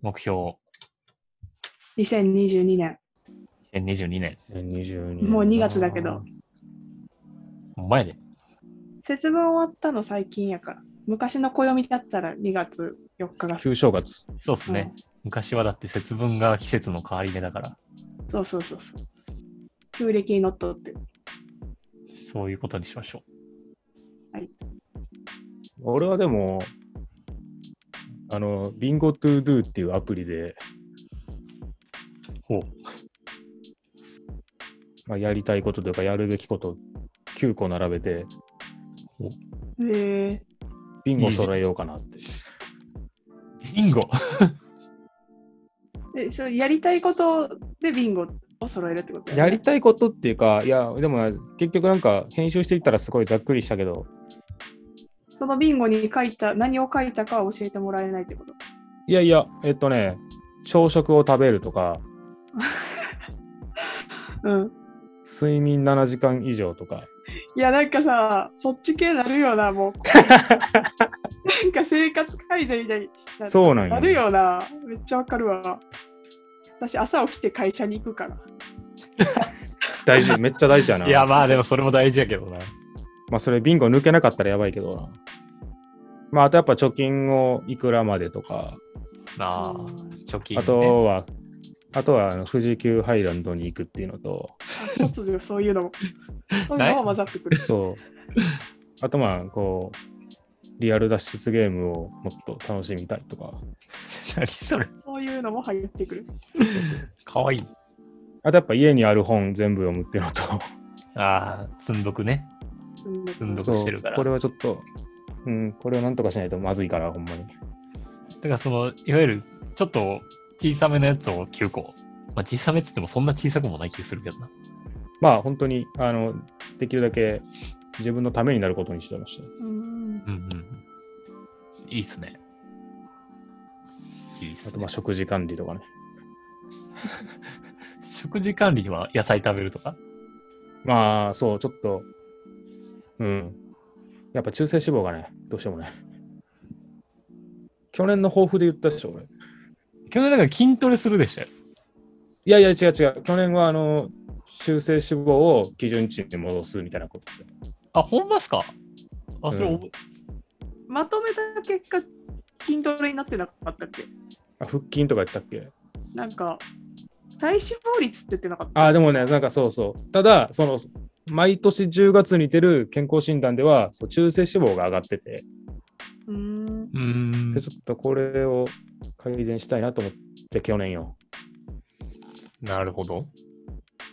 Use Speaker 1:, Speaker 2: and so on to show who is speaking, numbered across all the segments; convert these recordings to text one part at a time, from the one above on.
Speaker 1: 目標、
Speaker 2: 2022年。
Speaker 1: 2022年。
Speaker 3: 2022
Speaker 2: もう2月だけど。
Speaker 1: ほんまやで。
Speaker 2: 節分終わったの最近やから。昔の暦だったら2月4日が。
Speaker 3: 旧正月。
Speaker 1: そうっすね。昔はだって節分が季節の変わり目だから、
Speaker 2: うんそうそうそうそう。旧暦にのっとって。
Speaker 1: そういうことにしましょ
Speaker 3: 俺はでも、あの、ビンゴトゥードゥっていうアプリで、
Speaker 1: う。ほう。
Speaker 3: まあ、やりたいことというか、やるべきこと9個並べて、
Speaker 2: へえ。
Speaker 3: ビンゴ揃えようかなって。
Speaker 1: ビンゴ
Speaker 2: で、それやりたいことでビンゴを揃えるってこと
Speaker 3: や
Speaker 2: よね
Speaker 3: りたいことっていうか、いや、でも結局なんか編集していったらすごいざっくりしたけど、
Speaker 2: そのビンゴに書いた、何を書いたかは教えてもらえないってこと。
Speaker 3: いやいや、えっとね、朝食を食べるとか、
Speaker 2: うん。
Speaker 3: 睡眠7時間以上とか、
Speaker 2: いや、なんかさ、そっち系なるよな、 もう。なんか生活改善みたいになる
Speaker 3: そうなんよ
Speaker 2: なるよな。めっちゃわかるわ。私、朝起きて会社に行くから。
Speaker 3: 大事、めっちゃ大事やな。
Speaker 1: いや、まあでもそれも大事やけどな。
Speaker 3: まあそれビンゴ抜けなかったらやばいけどな。まああとやっぱ貯金をいくらまでとか、
Speaker 1: なあ、
Speaker 2: うん
Speaker 1: 貯金、ね。
Speaker 3: あとは、あとはあの富士急ハイランドに行くっていうのと、
Speaker 2: あ突如そういうのも。そういうのも混ざってくる。
Speaker 3: そう。 あとまあこう、リアル脱出ゲームをもっと楽しみたいとか。
Speaker 1: 何それ。
Speaker 2: そういうのも入ってくる。
Speaker 1: かわいい。
Speaker 3: あとやっぱ家にある本全部読むっていうの と。
Speaker 1: ああ、積んどくね。
Speaker 2: うん
Speaker 1: 積んどくしてるから。
Speaker 3: これはちょっと、うん、これをなんとかしないとまずいから、ほんまに。
Speaker 1: だからその、いわゆる、ちょっと小さめのやつを9個。まあ小さめっつってもそんな小さくもない気がするけどな。
Speaker 3: まあ本当に、あの、できるだけ自分のためになることにしてました。
Speaker 2: う
Speaker 1: うんう
Speaker 2: ん
Speaker 1: んうん。いいっすね。いいっ
Speaker 3: あ
Speaker 1: す
Speaker 3: とま
Speaker 1: ね
Speaker 3: あ。食事管理とかね。
Speaker 1: 食事管理には野菜食べるとか
Speaker 3: まあそう、ちょっと、うん。やっぱ中性脂肪がね、どうしてもね。去年の抱負で言ったでしょ、俺。い
Speaker 1: 去年だから筋トレするでしたよ。
Speaker 3: やいや、違う違う。去年は、あの、中性脂肪を基準値に戻すみたいなこと。
Speaker 1: あ、ほんまっすかあ、それ、
Speaker 3: うん
Speaker 2: まとめた結果、筋トレになってなかったっけ
Speaker 3: あ腹筋とか言ってたっけ
Speaker 2: なんか、体脂肪率って言ってなかった。
Speaker 3: あーでもね、なんかそうそう。ただ、その、毎年10月に出る健康診断では、そう中性脂肪が上がってて、
Speaker 2: うーん。
Speaker 1: うーん
Speaker 3: で。ちょっとこれを改善したいなと思って、去年よ。
Speaker 1: なるほど。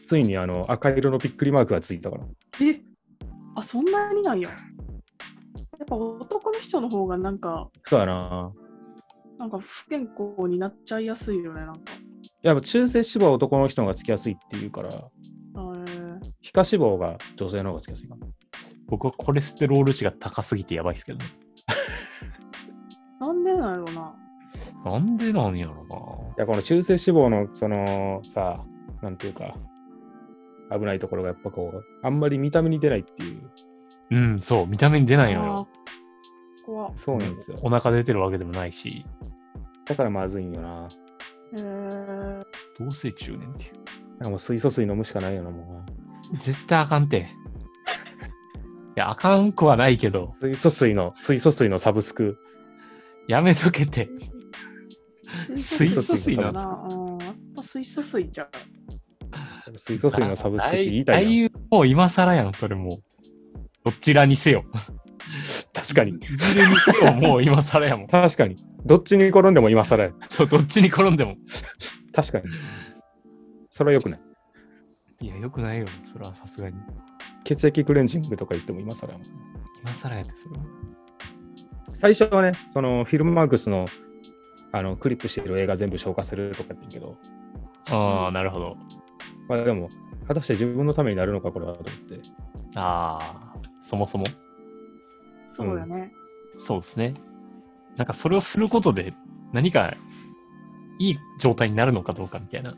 Speaker 3: ついにあの赤色のびっくりマークがついたから。
Speaker 2: えあ、そんなになんや。やっぱ男の人の方がなんか、
Speaker 3: そうやな。
Speaker 2: なんか不健康になっちゃいやすいよね、なんか。
Speaker 3: やっぱ中性脂肪は男の人の方がつきやすいっていうから、
Speaker 2: えー
Speaker 3: 皮下脂肪が女性の方がつきやすいかな。
Speaker 1: 僕はコレステロール値が高すぎてやばいっすけどね。
Speaker 2: なんでなんやろな。
Speaker 1: なんでなんやろ
Speaker 3: いや、この中性脂肪の、その、さ、なんていうか、危ないところがやっぱこう、あんまり見た目に出ないっていう。
Speaker 1: な。うん、そう、見た目に出ないの
Speaker 2: あ
Speaker 1: よ。
Speaker 2: ー怖っ
Speaker 3: そうなんですよ。
Speaker 1: お腹出てるわけでもないし、
Speaker 3: だからまずいんよな。
Speaker 2: えー
Speaker 1: 同性中年っていう。
Speaker 3: なんかもう水素水飲むしかないよな、もう
Speaker 1: 絶対あかんて。い や、あかんくはないけど、
Speaker 3: な。水素水の、水素水のサブスク。
Speaker 1: やめとけて。
Speaker 2: 水素水
Speaker 3: 水素水
Speaker 2: だ
Speaker 3: なんす
Speaker 2: な。うんやっぱ水素水じゃん。
Speaker 3: 水素水のサブスクって言い
Speaker 1: あ
Speaker 3: た
Speaker 1: あ
Speaker 3: い
Speaker 1: い
Speaker 3: よ。
Speaker 1: う、もう今更やん、それもう。どちらにせよ。
Speaker 3: 確かに。
Speaker 1: いずれにせよ、もう今更やもん。
Speaker 3: 確かに。どっちに転んでも今更や。
Speaker 1: そう、どっちに転んでも。
Speaker 3: 確かに。それはよくない。
Speaker 1: いや、よくないよ、それはさすがに。
Speaker 3: 血液クレンジングとか言っても今更やもん。
Speaker 1: 今更やって、それは。
Speaker 3: 最初はね、そのフィルマークスのあのクリップしてる映画全部消化するとかって言うけど、
Speaker 1: ああ、なるほど。
Speaker 3: まあでも、果たして自分のためになるのか、これはと思って。
Speaker 1: ああ、そもそも。
Speaker 2: そうだね。
Speaker 1: そうですね。なんかそれをすることで何かいい状態になるのかどうかみたいな。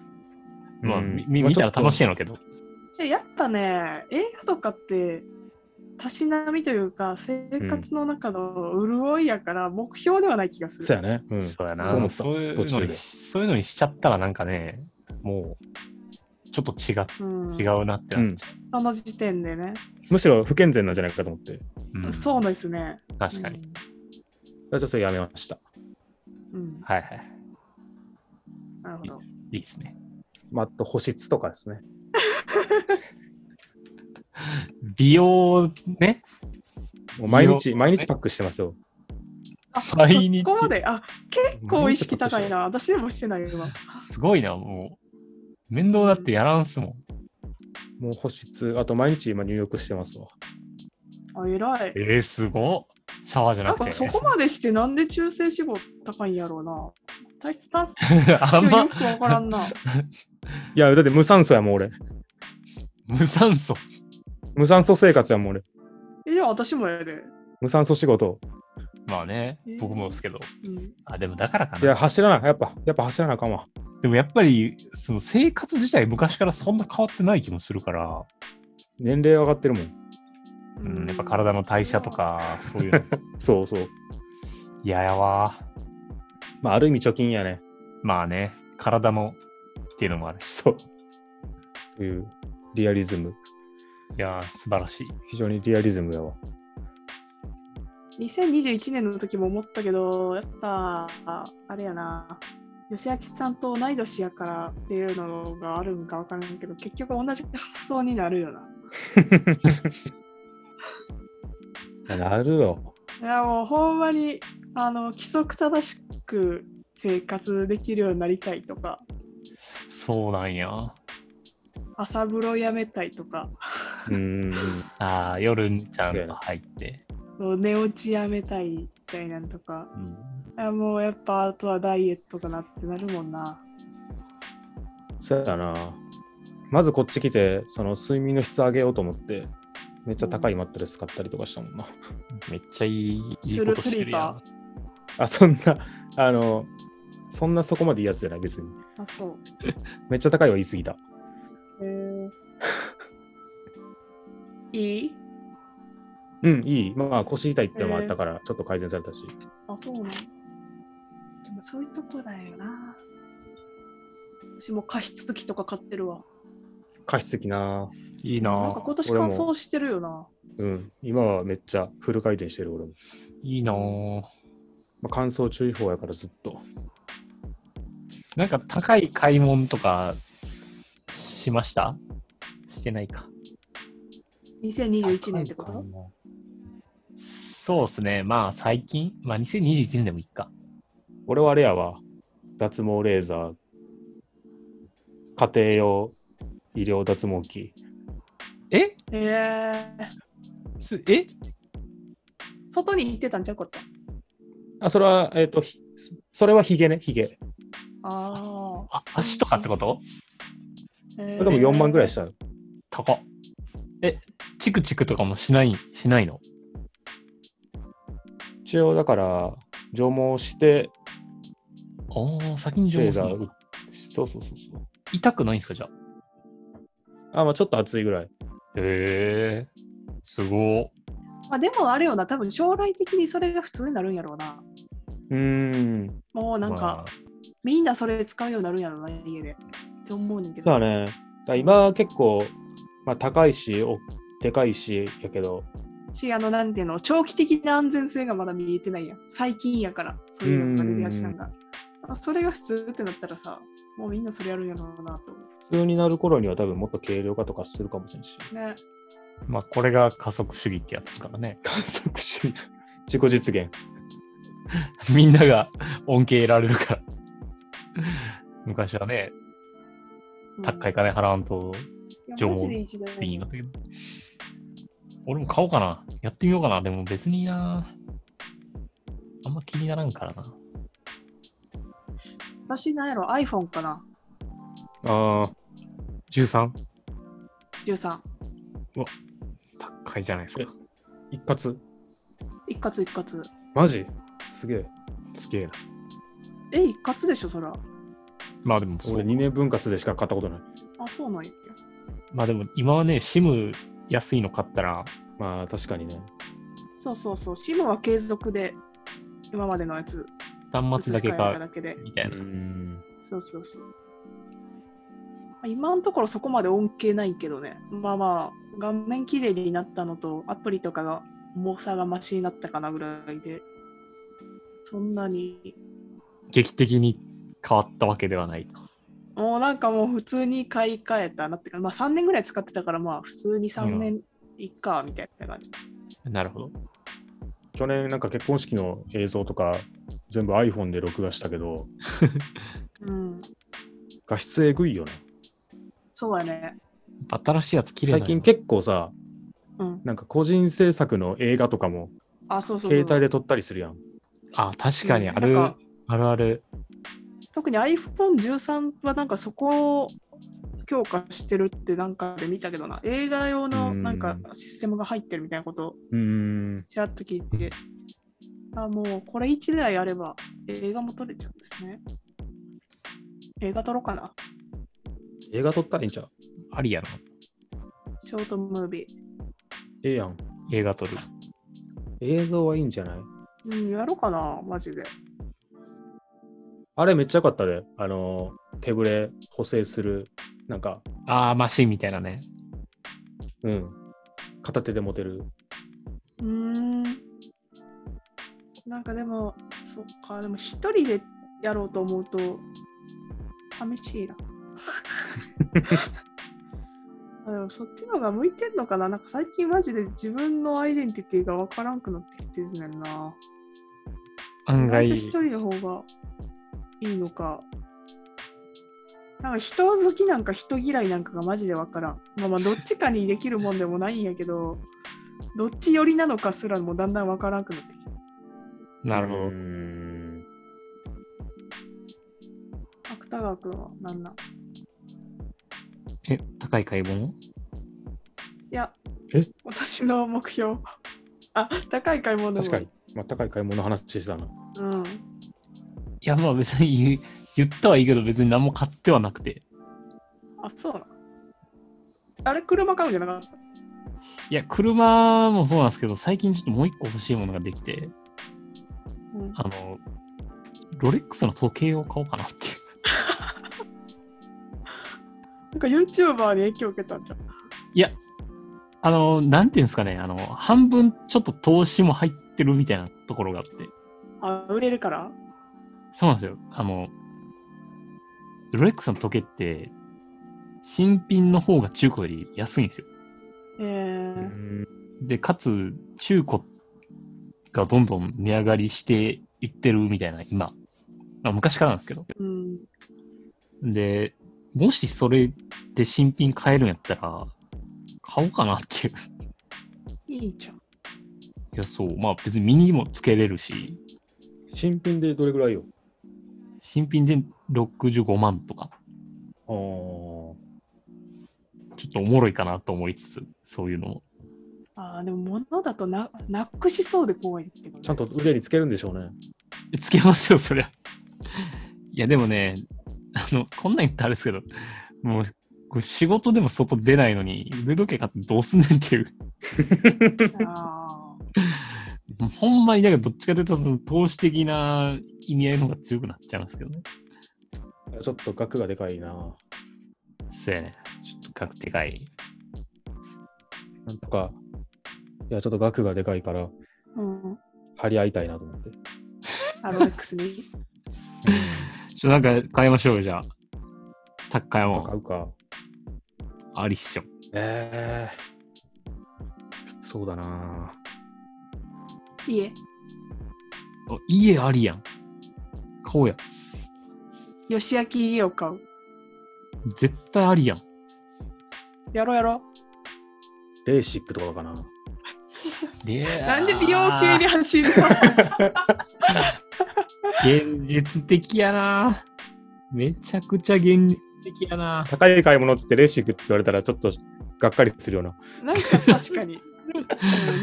Speaker 1: まあ、
Speaker 3: うん
Speaker 1: み見たら楽しい
Speaker 3: まあ
Speaker 1: のけど。
Speaker 2: でやっぱね、映画とかって、たしなみというか生活の中の潤いやから目標ではない気がす
Speaker 3: そう
Speaker 2: る。
Speaker 3: やね。うん。
Speaker 1: そうや
Speaker 3: そう思
Speaker 1: な。
Speaker 3: った
Speaker 1: そういう
Speaker 3: 途
Speaker 1: の
Speaker 3: 中
Speaker 1: に、
Speaker 3: で
Speaker 1: そういうのにしちゃったらなんかね、もう、ちょっと違っ
Speaker 2: うん
Speaker 1: 違うなってなっちゃ
Speaker 2: その時点でね。
Speaker 3: むしろ不健全なんじゃないかと思って。
Speaker 1: う。うん
Speaker 2: そうですね。
Speaker 1: 確かに。
Speaker 3: じゃあそれやめました。
Speaker 2: うん。うん。
Speaker 1: はいはい。
Speaker 2: なるほど。
Speaker 1: いいですね。
Speaker 3: まあ、あと保湿とかですね。
Speaker 1: 美容ね。
Speaker 3: もう毎
Speaker 1: い
Speaker 3: 日、
Speaker 1: や
Speaker 3: 毎日パックしてますよ。
Speaker 2: あ、
Speaker 1: 毎日
Speaker 2: そこまで。あ、結構意識高いな。私でもしてないわ。
Speaker 1: すごいな、もう。面倒だってやらんすもん。
Speaker 3: もう保湿、あと毎日今入浴してますわ。
Speaker 2: あ、偉い。
Speaker 1: えー、すごっシャワーじゃ
Speaker 2: な
Speaker 1: なんく
Speaker 2: か
Speaker 1: て。
Speaker 2: そこまでしてなんで中性脂肪高いんやろうな。体質炭素
Speaker 1: あんま
Speaker 2: よくわからんな。
Speaker 3: いや、だって無酸素やもん俺。
Speaker 1: 無酸素。
Speaker 3: 無酸素生活やもん俺。
Speaker 2: え、じゃあ私もやで。
Speaker 3: 無酸素仕事。
Speaker 1: まあね
Speaker 2: えー、
Speaker 1: 僕もですけど。
Speaker 2: うん。
Speaker 1: あ、でもだからか
Speaker 3: いや、
Speaker 1: な。
Speaker 3: 走らな、やっぱ、やっぱ走らなあかんわ。
Speaker 1: でもやっぱり、その生活自体昔からそんな変わってない気もするから、
Speaker 3: 年齢上がってるもん。
Speaker 1: うん、やっぱ体の代謝と。か、そう いうの。
Speaker 3: そうそう。
Speaker 1: 嫌やわ。
Speaker 3: まあ、ある意味貯金やね。
Speaker 1: まあね、体のっていうのもあるし。
Speaker 3: そう。という、リアリズム。
Speaker 1: いやー、素晴らしい。
Speaker 3: 非常にリアリズムやわ。
Speaker 2: 2021年の時も思ったけど、やっぱ、あれやな、吉明さんと同い年やからっていうのがあるんかわからんけど、結局同じ発想になるよな。
Speaker 3: なるよ。
Speaker 2: いやもうほんまにあの規則正しく生活できるようになりたいとか、
Speaker 1: そうなんや。
Speaker 2: 朝風呂やめたいとか、
Speaker 3: うーん。
Speaker 1: ああ、夜にちゃんと入って。
Speaker 2: もう寝落ちやめたいみたいなんとか、
Speaker 1: うん、
Speaker 2: いやもうやっぱあとはダイエットだなってなるもんな。
Speaker 3: そうやな。まずこっち来て、その睡眠の質上げようと思って、めっちゃ高いマットレス買ったりとかしたもんな。
Speaker 1: めっちゃいいいいことしてるやん。
Speaker 3: あ、そんな、あの、そんなそこまでいいやつじゃない、別に。
Speaker 2: あ、そう。
Speaker 3: めっちゃ高いは言い過ぎた。
Speaker 2: えー、いい
Speaker 3: うん、いい。まあ、腰痛いってのもあったから、ちょっと改善されたし。
Speaker 2: あ、そうなのでもそういうとこだよな。私も加湿器とか買ってるわ。
Speaker 3: 加湿器な。
Speaker 1: いい
Speaker 2: なん
Speaker 1: な
Speaker 2: か
Speaker 1: ぁ
Speaker 2: 今年
Speaker 3: 俺も
Speaker 2: 乾燥してるよな。
Speaker 3: うん。今はめっちゃフル回転してる、俺も。
Speaker 1: いいなぁ
Speaker 3: まあ、乾燥注意報やからずっと。
Speaker 1: なんか高い買い物とかしましたしてないか。
Speaker 2: 2021年ってこ
Speaker 3: 高
Speaker 2: と
Speaker 3: いかな
Speaker 1: そうですね。まあ最近、まあ2021年でもいいか。
Speaker 3: 俺はあれやわ。脱毛レーザー。家庭用医療脱毛器。
Speaker 1: え
Speaker 2: ええ
Speaker 1: すえ
Speaker 2: 外に行ってたんちゃうかった。
Speaker 3: あ、それは、えっ、と、ひそれはヒゲね、ヒゲ。
Speaker 2: あ
Speaker 1: あ足とかってこと
Speaker 2: と
Speaker 3: でも4万ぐらい
Speaker 2: し
Speaker 3: したの。
Speaker 1: 高っえ、チクチクとかもしない、しないの
Speaker 3: 一応、だから、除毛して、
Speaker 1: ああ、先に情
Speaker 3: レ
Speaker 1: 報
Speaker 3: ー
Speaker 1: す
Speaker 3: ザ
Speaker 1: る
Speaker 3: ー
Speaker 1: の
Speaker 3: 打そうそうそうそう。
Speaker 1: 痛くないんすかじゃあ。
Speaker 3: あ、まあちょっと暑いぐらい。
Speaker 1: へえすごっ
Speaker 2: まあ、でもあれよな、多分将来的にそれが普通になるんやろうな。
Speaker 3: うーん。
Speaker 2: もうなんか、
Speaker 1: まあ
Speaker 2: みんなそれ使うようになるんやろな、家で。って思うねんけど。
Speaker 3: そうだね。だから今結構、まあ高いし、おでかいし、やけど、
Speaker 2: し、あの、なんていうの、長期的な安全性がまだ見えてないやん。最近やから、そういうのが出てやしなんが。あそれが普通ってなったらさ、もうみんなそれやるんやろうなと思
Speaker 3: 普通になる頃には多分もっと軽量化とかするかもしれんし。
Speaker 2: う。ね。
Speaker 1: まあこれが加速主義ってやつですからね。
Speaker 3: 観測主義。自己実現。
Speaker 1: みんなが恩恵得られるから。昔はね、
Speaker 2: うん
Speaker 1: 高い。金払わんと
Speaker 2: いや
Speaker 1: 情報
Speaker 2: マジで一度だよ
Speaker 1: いいんだったけど。俺も買おうかな。やってみようかな。でも別にな。あんま気にならんからな。
Speaker 2: 私なんやろ、iPhone かな、
Speaker 3: ああ。
Speaker 1: 13?
Speaker 2: 13。
Speaker 1: 高いじゃないですか。
Speaker 3: 一括。
Speaker 2: 一括一括。
Speaker 3: マジすげえ。
Speaker 1: すげえな。
Speaker 2: え、一括でしょ、そら。
Speaker 1: まあでもそう
Speaker 3: 俺、2年分割でしか買ったことない。
Speaker 2: あ、そうなんや。
Speaker 1: まあでも今はね、SIM 安いの買ったら、
Speaker 3: まあ確かにね。
Speaker 2: そうそうそう、シムは継続で、今までのやつ、
Speaker 1: 端末だけ
Speaker 2: 移し替えた
Speaker 1: か、
Speaker 2: だけで。
Speaker 1: みたいな。
Speaker 3: ん。
Speaker 2: そうそうそう。まあ今のところそこまで恩恵ないけどね。まあまあ、顔面綺麗になったのと、アプリとかが重さがマシになったかなぐらいで、そんなに。
Speaker 1: 劇的に変わったわけではないと。
Speaker 2: もうなんかもう普通に買い替えたなってか、まあ3年ぐらい使ってたから、まあ普通に3年いっか、みたいな感じ。
Speaker 1: なるほど。
Speaker 3: 去年なんか結婚式の映像とか全部 iPhone で録画したけど、
Speaker 2: うん、
Speaker 3: 画質えぐいよね。
Speaker 2: そうやね。
Speaker 1: 新しいやつ綺麗だ
Speaker 3: 最
Speaker 1: よ
Speaker 3: 近結構さ、
Speaker 2: うん。
Speaker 3: なんか個人制作の映画とかも
Speaker 2: あ、そうそうそう。
Speaker 3: 携帯で撮ったりするやん。
Speaker 1: あ、確かにあ
Speaker 2: うん
Speaker 1: る、
Speaker 2: なんか
Speaker 1: あるある。
Speaker 2: 特に iPhone13 はなんかそこを強化してるってなんかで見たけどな映画用
Speaker 3: う
Speaker 2: の
Speaker 3: ん
Speaker 2: なんかシステムが入ってるみたいなことを
Speaker 3: うん。
Speaker 2: ちらっと聞いてあもうこれ1台あれば映画も撮れちゃうんですね映画撮ろうかな
Speaker 3: 映画撮ったらいいんちゃう
Speaker 1: ありやな。
Speaker 2: ショートムービー
Speaker 3: ええやん。
Speaker 1: 映画撮る。
Speaker 3: 映像はいいんじゃない
Speaker 2: うんやろうかなマジで
Speaker 3: あれめっちゃ良かったで。あの、手ぶれ補正する、なんか、
Speaker 1: ああ、マシンみたいなね。
Speaker 3: うん。片手で持てる。
Speaker 2: うーんなんかでもそっかでも一人でやろうと思うと寂しいなあでもそっちの方が向いてんのかななんか最近マジで自分のアイデンティティがわからんくなってきてるねんな
Speaker 1: 案外、
Speaker 2: 一人の方がいいのかなんか人好きなんか人嫌いなんかがマジでわからんまあまあどっちかにできるもんでもないんやけどどっち寄りなのかすらもだんだんわからんくなってきて
Speaker 1: なるほど。
Speaker 3: ど。
Speaker 2: 芥川君はなんなんい
Speaker 1: え、高い買い物
Speaker 2: や、
Speaker 3: え
Speaker 2: 私の目標。あ、高い買い物でも
Speaker 3: 確かに。、まあ、高い買い物の話してたな。
Speaker 2: うん。
Speaker 1: いや、まあ別に 言う言ったはいいけど、別に何も買ってはなくて。
Speaker 2: あ、そうなの。あれ、車買うんじゃなかった
Speaker 1: いや、車もそうなんですけど、最近ちょっともう一個欲しいものができて、
Speaker 2: うん
Speaker 1: あの、ロレックスの時計を買おうかなっていう。
Speaker 2: なんか YouTuber に影響を受けたんじゃん。
Speaker 1: いや、あの、なんていうんですかね、あの、半分ちょっと投資も入ってるみたいなところがあって。
Speaker 2: あ、売れるから
Speaker 1: そうなんですよ。あの、ロレックスの時計って、新品の方が中古より安いんですよ。
Speaker 2: えー、
Speaker 1: で、かつ、中古がどんどん値上がりしていってるみたいな、今。まあ、昔からなんですけど。
Speaker 2: うん。
Speaker 1: で、もしそれで新品買えるんやったら、買おうかなっていう。
Speaker 2: いいんじゃん。
Speaker 1: いや、そう。まあ別に身にもつけれるし、
Speaker 3: 新品でどれぐらいよ
Speaker 1: 新品で65万とか、
Speaker 3: あー
Speaker 1: ちょっとおもろいかなと思いつつ、そういうのも。
Speaker 2: あーでも物だとななくしそうで怖いけど、ね。
Speaker 3: ちゃんと。腕につけるんでしょうね。
Speaker 1: つけますよ、そりゃ。いや、でもね、あの、こんなん言ったらあれですけど、もう、これ仕事でも外出ないのに、腕時計買ってどうすんねんっていう。
Speaker 2: あー
Speaker 1: もうほんまに、だからどっちかというと、その投資的な意味合いの方が強くなっちゃうんですけどね。
Speaker 3: ちょっと額がでかいな。
Speaker 1: そうやね。ちょっと額でかい。
Speaker 3: なんとか、いや、ちょっと額がでかいから、
Speaker 2: うん。
Speaker 3: 張り合いたいなと思って。
Speaker 2: アロレックスに。
Speaker 1: ちょっとなんか買いましょうよ、じゃあ。高いも
Speaker 3: 買
Speaker 1: ん。
Speaker 3: うか。
Speaker 1: ありっしょ。
Speaker 3: えー、そうだな。
Speaker 2: いいえ。
Speaker 1: あ家ありやん。こうや。
Speaker 2: 吉明家を買う。
Speaker 1: 絶対ありやん。
Speaker 2: やろうやろ
Speaker 3: レーシックとかかな。
Speaker 2: う。なんで美容系に走るの
Speaker 1: 現実的やな。めちゃくちゃ現実的やな。
Speaker 3: 高い買い物っつってレーシックって言われたら、ちょっとがっかりするような。
Speaker 2: なんか確かに。うん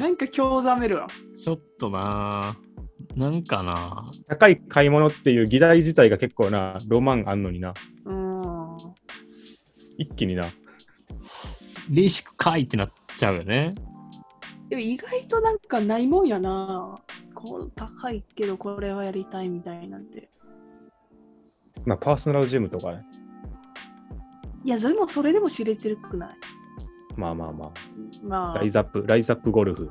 Speaker 2: なんか興ざめるわ。
Speaker 1: ちょっとな。なんかな。
Speaker 3: 高い買い物っていう議題自体が結構な、ロマンあんのにな。
Speaker 2: うん。
Speaker 3: 一気にな。
Speaker 1: レーシックかいってなっちゃうよね。
Speaker 2: でも意外となんかないもんやな。こう高いけどこれはやりたいみたいなんて。
Speaker 3: まあ、パーソナルジムとかね。
Speaker 2: いや、それもそれでも知れてるくない。
Speaker 3: まあまあまあ。
Speaker 2: まあ
Speaker 3: ライ、ザップ、ライザップゴルフ。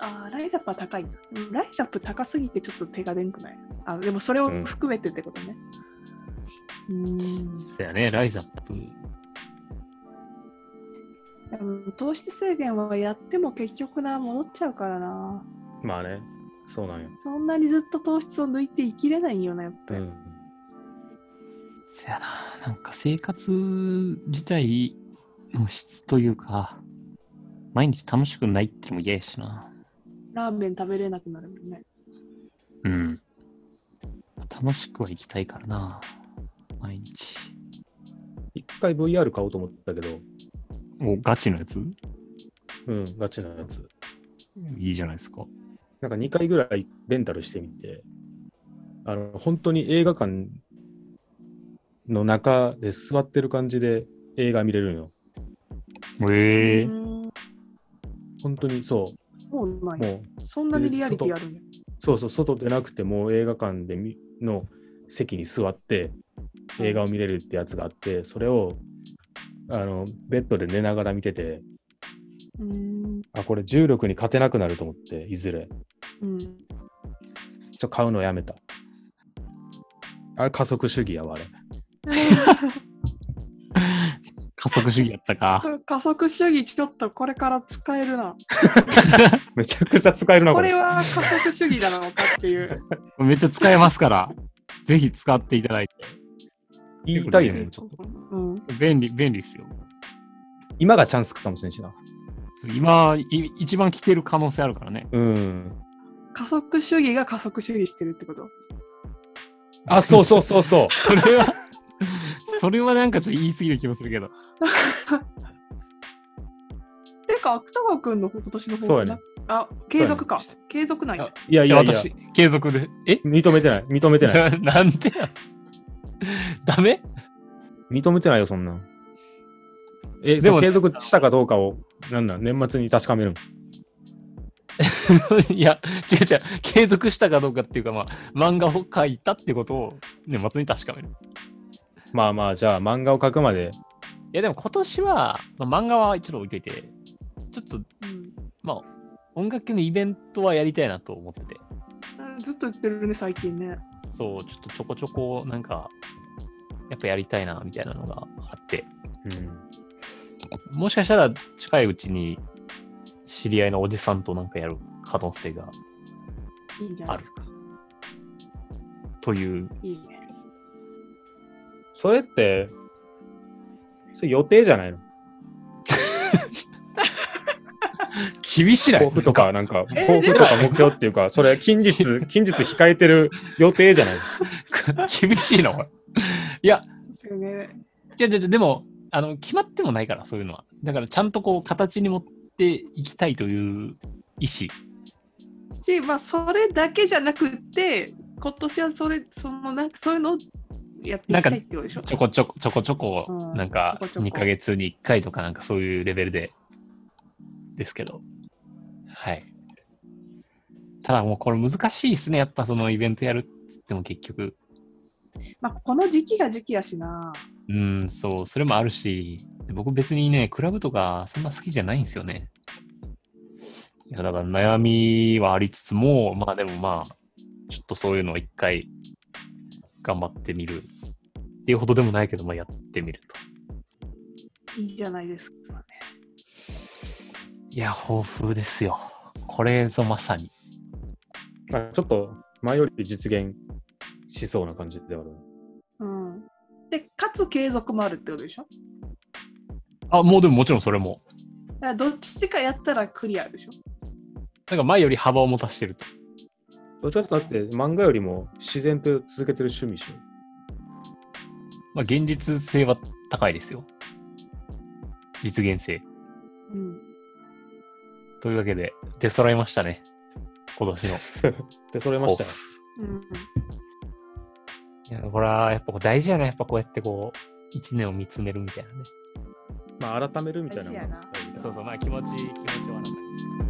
Speaker 2: あーライザップは高いな。うんライザップ高すぎてちょっと手が出んくない。あでもそれを含めてってことね。うーん
Speaker 1: そうやね、ライザップ。
Speaker 2: でも糖質制限はやっても結局な戻っちゃうからな
Speaker 3: まあね。そうなんよ。
Speaker 2: そんなにずっと糖質を抜いて生きれないんよなやっぱ
Speaker 3: う
Speaker 2: り、
Speaker 3: ん。
Speaker 1: そうやな、なんか生活自体の質というか、毎日楽しくないってのも嫌やしな。
Speaker 2: ラーメン食べれなくなるもんね
Speaker 1: うん。楽しくは生きたいからな、毎日。
Speaker 3: 一回 VR 買おうと思ったけど、
Speaker 1: お、ガチのやつ
Speaker 3: うん、ガチなやつ。
Speaker 1: いいじゃないですか。
Speaker 3: なんか2回ぐらいレンタルしてみて、あの、本当に映画館の中で座ってる感じで映画見れるんよ。
Speaker 1: ええ
Speaker 2: うーん
Speaker 3: 本当にそ
Speaker 2: そうな
Speaker 3: う。
Speaker 2: んや
Speaker 3: もう、
Speaker 2: そんなにリアリティあるんや
Speaker 3: そうそう、外出なくても映画館でみの席に座って映画を見れるってやつがあって、それをあのベッドで寝ながら見てて、
Speaker 2: うーん
Speaker 3: あ、これ重力に勝てなくなると思って、いずれ。
Speaker 2: うん
Speaker 3: ちょ、買うのやめた。あれ、加速主義やわ、あれ。
Speaker 1: 加速主義やったか
Speaker 2: こ。れ加速主義ちょっとこれから使えるな
Speaker 3: めちゃくちゃ使えるな、
Speaker 2: こ
Speaker 3: これ。
Speaker 2: れは加速主義だろうかっていう
Speaker 1: めっちゃ使えますから、ぜひ使っていただいて。
Speaker 3: 言いたい
Speaker 1: これ
Speaker 3: ね、
Speaker 1: ね
Speaker 3: ちょっと。
Speaker 2: うん
Speaker 1: 便利、便利ですよ。
Speaker 3: 今がチャンスかもしれんしな。
Speaker 1: 今、い一番来てる可能性あるからね。
Speaker 3: うん。
Speaker 2: 加速主義が加速主義してるってこと
Speaker 3: あ、そうそうそうそう。
Speaker 1: それは、それはなんかちょっと言い過ぎる気もするけど。
Speaker 2: てか芥川君の今年の
Speaker 3: そう
Speaker 2: 方
Speaker 3: や
Speaker 2: な、
Speaker 3: ね
Speaker 2: あ継続か
Speaker 3: そうや
Speaker 2: 継続なんや
Speaker 3: いやい
Speaker 1: いや、
Speaker 3: やいや、
Speaker 1: 私、継続で。え
Speaker 3: 認めてない、認めてない。
Speaker 1: ななんでやダメ
Speaker 3: 認めてないよ、そんなん。え、
Speaker 1: で
Speaker 3: で
Speaker 1: も
Speaker 3: も継続したかどうかを、なんなん、年末に確かめるの。
Speaker 1: いや、違う違う。継続したかどうかっていうか、まあ、漫画を書いたってことを年末に確かめる。
Speaker 3: まあまあ、じゃあ、漫画を描くまで、
Speaker 1: いや、でも今年は、まあ、漫画はちょっと置いといて、ちょっと、
Speaker 2: うん
Speaker 1: まあ、音楽系のイベントはやりたいなと思ってて。
Speaker 2: うんずっと言ってるね、最近ね。
Speaker 1: そう、ちょっとちょこちょこ、なんか、やっぱやりたいな、みたいなのがあって、もしかしたら近いうちに、知り合いのおじさんとなんかやる可能性が
Speaker 2: いいじゃな
Speaker 1: あ
Speaker 2: いで
Speaker 1: る
Speaker 2: すか。。
Speaker 1: という、
Speaker 2: いいね。
Speaker 3: それって、それ予定じゃないの
Speaker 1: 厳しない
Speaker 3: 抱負とか、なんか、
Speaker 2: え
Speaker 3: 抱負とか目標っていうか、そ れ、近日、近日控えてる予定じゃないの
Speaker 1: 厳しいな、おい。いや、
Speaker 2: そうよね。
Speaker 1: じゃじゃじゃでも、あの、決まってもないから、そういうのは。だから、ちゃんとこう、形に持っていきたいという意思。
Speaker 2: し、まあ、それだけじゃなくて、今年はそれ、そのなんかそういうのをやっていきたいってことでしょ。
Speaker 1: ちょこちょこ、ちょこちょこ
Speaker 2: う、ん
Speaker 1: なんか、
Speaker 2: ちょこちょこ
Speaker 1: 2ヶ月に1回とか、なんかそういうレベルで、ですけど。はい。ただもうこれ難しいですね。やっぱそのイベントやるっつっても結局。
Speaker 2: まあ、この時期が時期やしな。
Speaker 1: うん、そう、それもあるし、僕別にね、クラブとかそんな好きじゃないんですよね。いや、だから悩みはありつつも、まあでもまあ、ちょっとそういうのを一回頑張ってみるっていうほどでもないけど、まあやってみると。
Speaker 2: いいじゃないですか、ね。
Speaker 1: いや、豊富ですよ。これぞまさに。
Speaker 3: まあちょっと、前より実現しそうな感じではある。
Speaker 2: うん。で、かつ継続もあるってことでしょ。
Speaker 1: あ、もうでももちろんそれも。
Speaker 2: だからどっちかやったらクリアでしょ。
Speaker 1: なんか前より幅を持たしてると。
Speaker 3: どちらかというとだって、漫画よりも自然と続けてる趣味っしょ。
Speaker 1: まあ現実性は高いですよ。実現性。
Speaker 2: うん。
Speaker 1: というわけで、出揃いましたね。今年の。
Speaker 3: で、それましたよ。
Speaker 2: うん、
Speaker 1: いや、これはやっぱこう大事やね。やっぱこうやってこう、一年を見つめるみたいなね。
Speaker 3: まあ、改めるみたいなもんだ
Speaker 2: 大事やな
Speaker 1: そうそう、まあ気持ち、気持ちを改めて。